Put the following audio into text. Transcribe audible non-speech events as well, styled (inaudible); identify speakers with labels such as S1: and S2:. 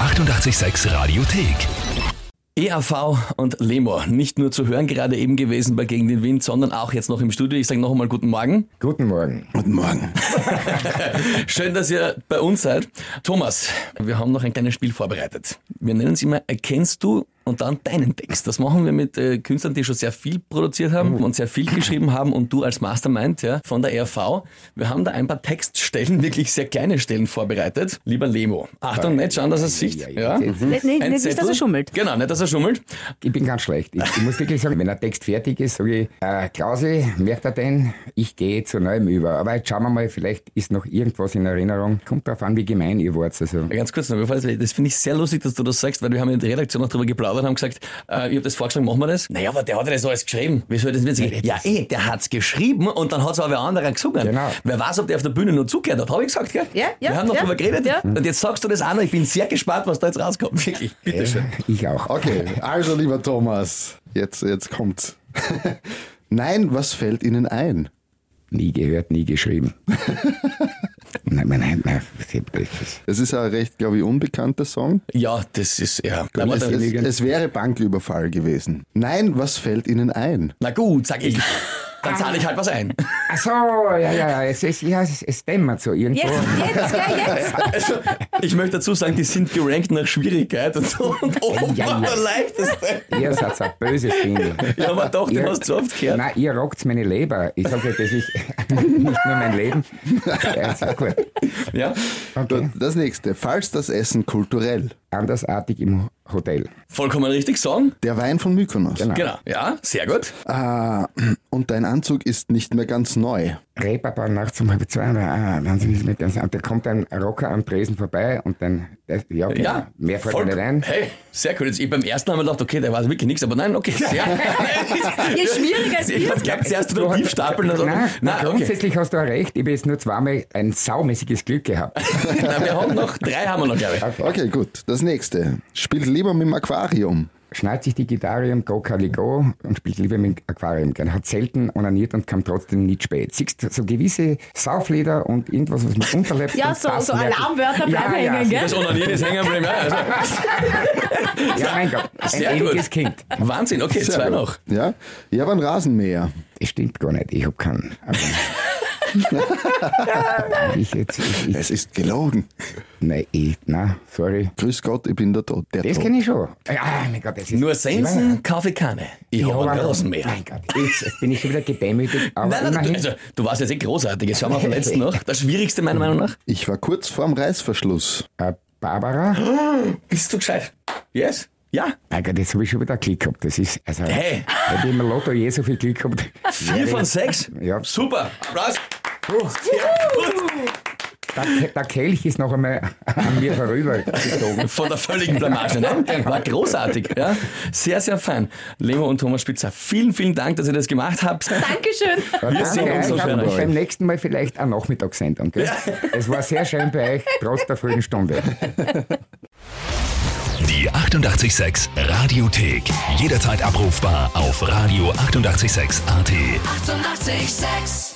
S1: 886 Radiothek.
S2: EAV E und Lemur, nicht nur zu hören gerade eben gewesen bei Gegen den Wind, sondern auch jetzt noch im Studio. Ich sage noch einmal guten Morgen.
S3: Guten Morgen.
S4: Guten Morgen.
S2: Schön, dass ihr bei uns seid. Thomas, wir haben noch ein kleines Spiel vorbereitet. Wir nennen es immer Erkennst du und dann deinen Text. Das machen wir mit äh, Künstlern, die schon sehr viel produziert haben
S5: Oh.
S2: und sehr viel geschrieben haben und du als Mastermind ja, von der ERV. Wir haben da ein paar Textstellen, (laughs) wirklich sehr kleine Stellen vorbereitet. Lieber Lemo, Achtung, nicht schauen, dass er sieht. Ja.
S5: Nee, nee,
S2: Ein
S5: nicht, nicht, dass
S2: Zettel.
S5: er schummelt.
S2: Genau, nicht, dass er schummelt.
S3: Ich bin ganz schlecht. Ich, ich muss wirklich sagen, wenn der Text fertig ist, sage ich, äh, Klausi, merkt er denn, ich gehe zu neuem über. Aber jetzt schauen wir mal, vielleicht ist noch irgendwas in Erinnerung. Kommt drauf an, wie gemein ihr wart. Also.
S2: Ja, Ganz kurz noch, bevor ich- das finde ich sehr lustig, dass du das sagst, weil wir haben in der Redaktion noch drüber geplaudert und haben gesagt, äh, ich habe das vorgeschlagen, machen wir das? Naja, aber der hat ja das alles geschrieben. Wie soll das witzig gehen? Ja, eh, der hat's geschrieben und dann hat's aber wer anderer gesungen.
S3: Genau.
S2: Wer weiß, ob der auf der Bühne nur zugehört hat, habe ich gesagt, gell?
S5: Ja, ja,
S2: Wir haben noch
S5: ja,
S2: drüber geredet
S5: ja.
S2: und jetzt sagst du das auch noch. Ich bin sehr gespannt, was da jetzt rauskommt. Wirklich, bitteschön.
S3: Ich auch.
S4: Okay, also lieber Thomas, jetzt, jetzt kommt's. (laughs) Nein, was fällt Ihnen ein?
S3: Nie gehört, nie geschrieben. (laughs) nein, nein, nein, nein.
S4: Es ist ein recht, glaube ich, unbekannter Song.
S2: Ja, das ist, ja. Na,
S4: Es,
S2: warte,
S4: es, es wäre Banküberfall gewesen. Nein, was fällt Ihnen ein?
S2: na gut, sag ich. Dann zahle ich halt was ein.
S3: Ach so, ja, ja, ja, es, es, ja, es, es dämmert so irgendwo.
S5: Jetzt,
S2: Oh.
S5: jetzt, ja, jetzt.
S2: Also, ich möchte dazu sagen, die sind gerankt nach Schwierigkeit und so. Und oben
S3: Ja,
S2: war
S3: ja.
S2: der leichteste.
S3: (laughs) Ihr seid ein böses Ding.
S2: (laughs) Ja, aber doch, den hast du so oft gehört.
S3: Nein, ihr rockt meine Leber. Ich sage, das ist (laughs) nicht nur mein Leben. Ja, sehr gut.
S2: Ja?
S3: Okay.
S4: Das nächste, falls das Essen kulturell.
S3: Andersartig im Hotel.
S2: Vollkommen richtig, Song.
S4: Der Wein von Mykonos.
S3: Genau.
S2: Genau, ja, sehr gut.
S4: Ah, und dein Anzug ist nicht mehr ganz neu.
S3: Reeperbahn nachts um halb zwei, ah, dann sind sie mit ganz, und da kommt ein Rocker am Tresen vorbei und dann, das, ja, genau.
S2: Ja, Äh,
S3: mehr fällt
S2: voll-
S3: mir nicht ein.
S2: Hey, sehr cool. Jetzt, ich beim ersten haben wir gedacht, okay, der weiß wirklich nichts, aber
S3: (laughs)
S2: nein, okay, sehr.
S5: Je schwieriger
S2: (laughs)
S5: es
S2: ich
S5: wird.
S2: habe glaubt, zuerst du tief stapeln. und so.
S3: Nein,
S2: nein, okay.
S3: grundsätzlich hast du auch recht, ich habe jetzt nur zweimal ein saumäßiges
S2: (laughs)
S3: Glück gehabt.
S2: nein, wir haben noch, drei haben wir noch, glaube ich.
S4: Okay, gut. Das nächste. Spielt lieber mit dem Aquarium.
S3: Schnallt sich die Gitarre im Go Kali Go und spielt lieber mit dem Aquarium gern. Hat selten onaniert und kam trotzdem nicht spät. Siehst du, so gewisse Sauflieder und irgendwas, was man unterlebt.
S5: Ja,
S3: und
S5: so,
S3: passen
S5: so
S3: wirklich.
S5: Alarmwörter bleiben
S3: Ja, ja,
S5: hängen,
S2: Das
S5: gell?
S2: Onanieren ist hängen geblieben. Ja, also.
S3: Ja, mein Gott, ein
S2: Sehr gut.
S3: ewiges Kind.
S2: Wahnsinn, okay,
S4: Sehr
S2: zwei
S4: gut.
S2: noch.
S4: Ja? Ich habe einen Rasenmäher.
S3: Das stimmt gar nicht, ich habe keinen. Aber ich jetzt, ich, ich,
S4: Es ist gelogen.
S3: Nein, ich, nein, sorry.
S4: Grüß Gott, ich bin der Tod. Der
S3: Das
S4: Tod.
S3: kenne ich schon. Ja, mein Gott, das ist.
S2: Nur Sensen, Kaffee, Kanne. Ich habe einen Rosenmeer.
S3: Mein Gott, jetzt, jetzt bin ich schon wieder gedemütigt. Aber
S2: Nein, nein, du,
S3: immerhin.
S2: also, du warst jetzt eh großartig. Jetzt schauen wir auf den letzten noch. Das Schwierigste meiner Meinung nach.
S4: Ich war kurz vorm Reißverschluss.
S3: äh,
S2: also-
S3: Barbara,
S2: Bist du gescheit? Yes? Ja.
S3: mein Gott, jetzt habe ich schon wieder Glück gehabt. Das ist, also,
S2: Hey.
S3: hätte ich im Lotto je so viel Glück gehabt.
S2: Vier von sechs?
S3: Ja.
S2: Super. Applaus. Sehr gut.
S3: Der, der Kelch ist noch einmal an
S2: (laughs)
S3: mir vorübergezogen.
S2: Von der völligen Blamage. Ne? War großartig. Ja? Sehr, sehr fein. Lemo und Thomas Spitzer, vielen, vielen Dank, dass ihr das gemacht habt.
S5: Dankeschön.
S3: Wir
S2: sehen uns so schön euch.
S3: beim nächsten Mal vielleicht eine Nachmittagssendung. Gell? Es war sehr schön bei euch, trotz der frühen Stunde.
S1: Die 886 Radiothek. Jederzeit abrufbar auf radio886.at. 886! 886.
S6: 886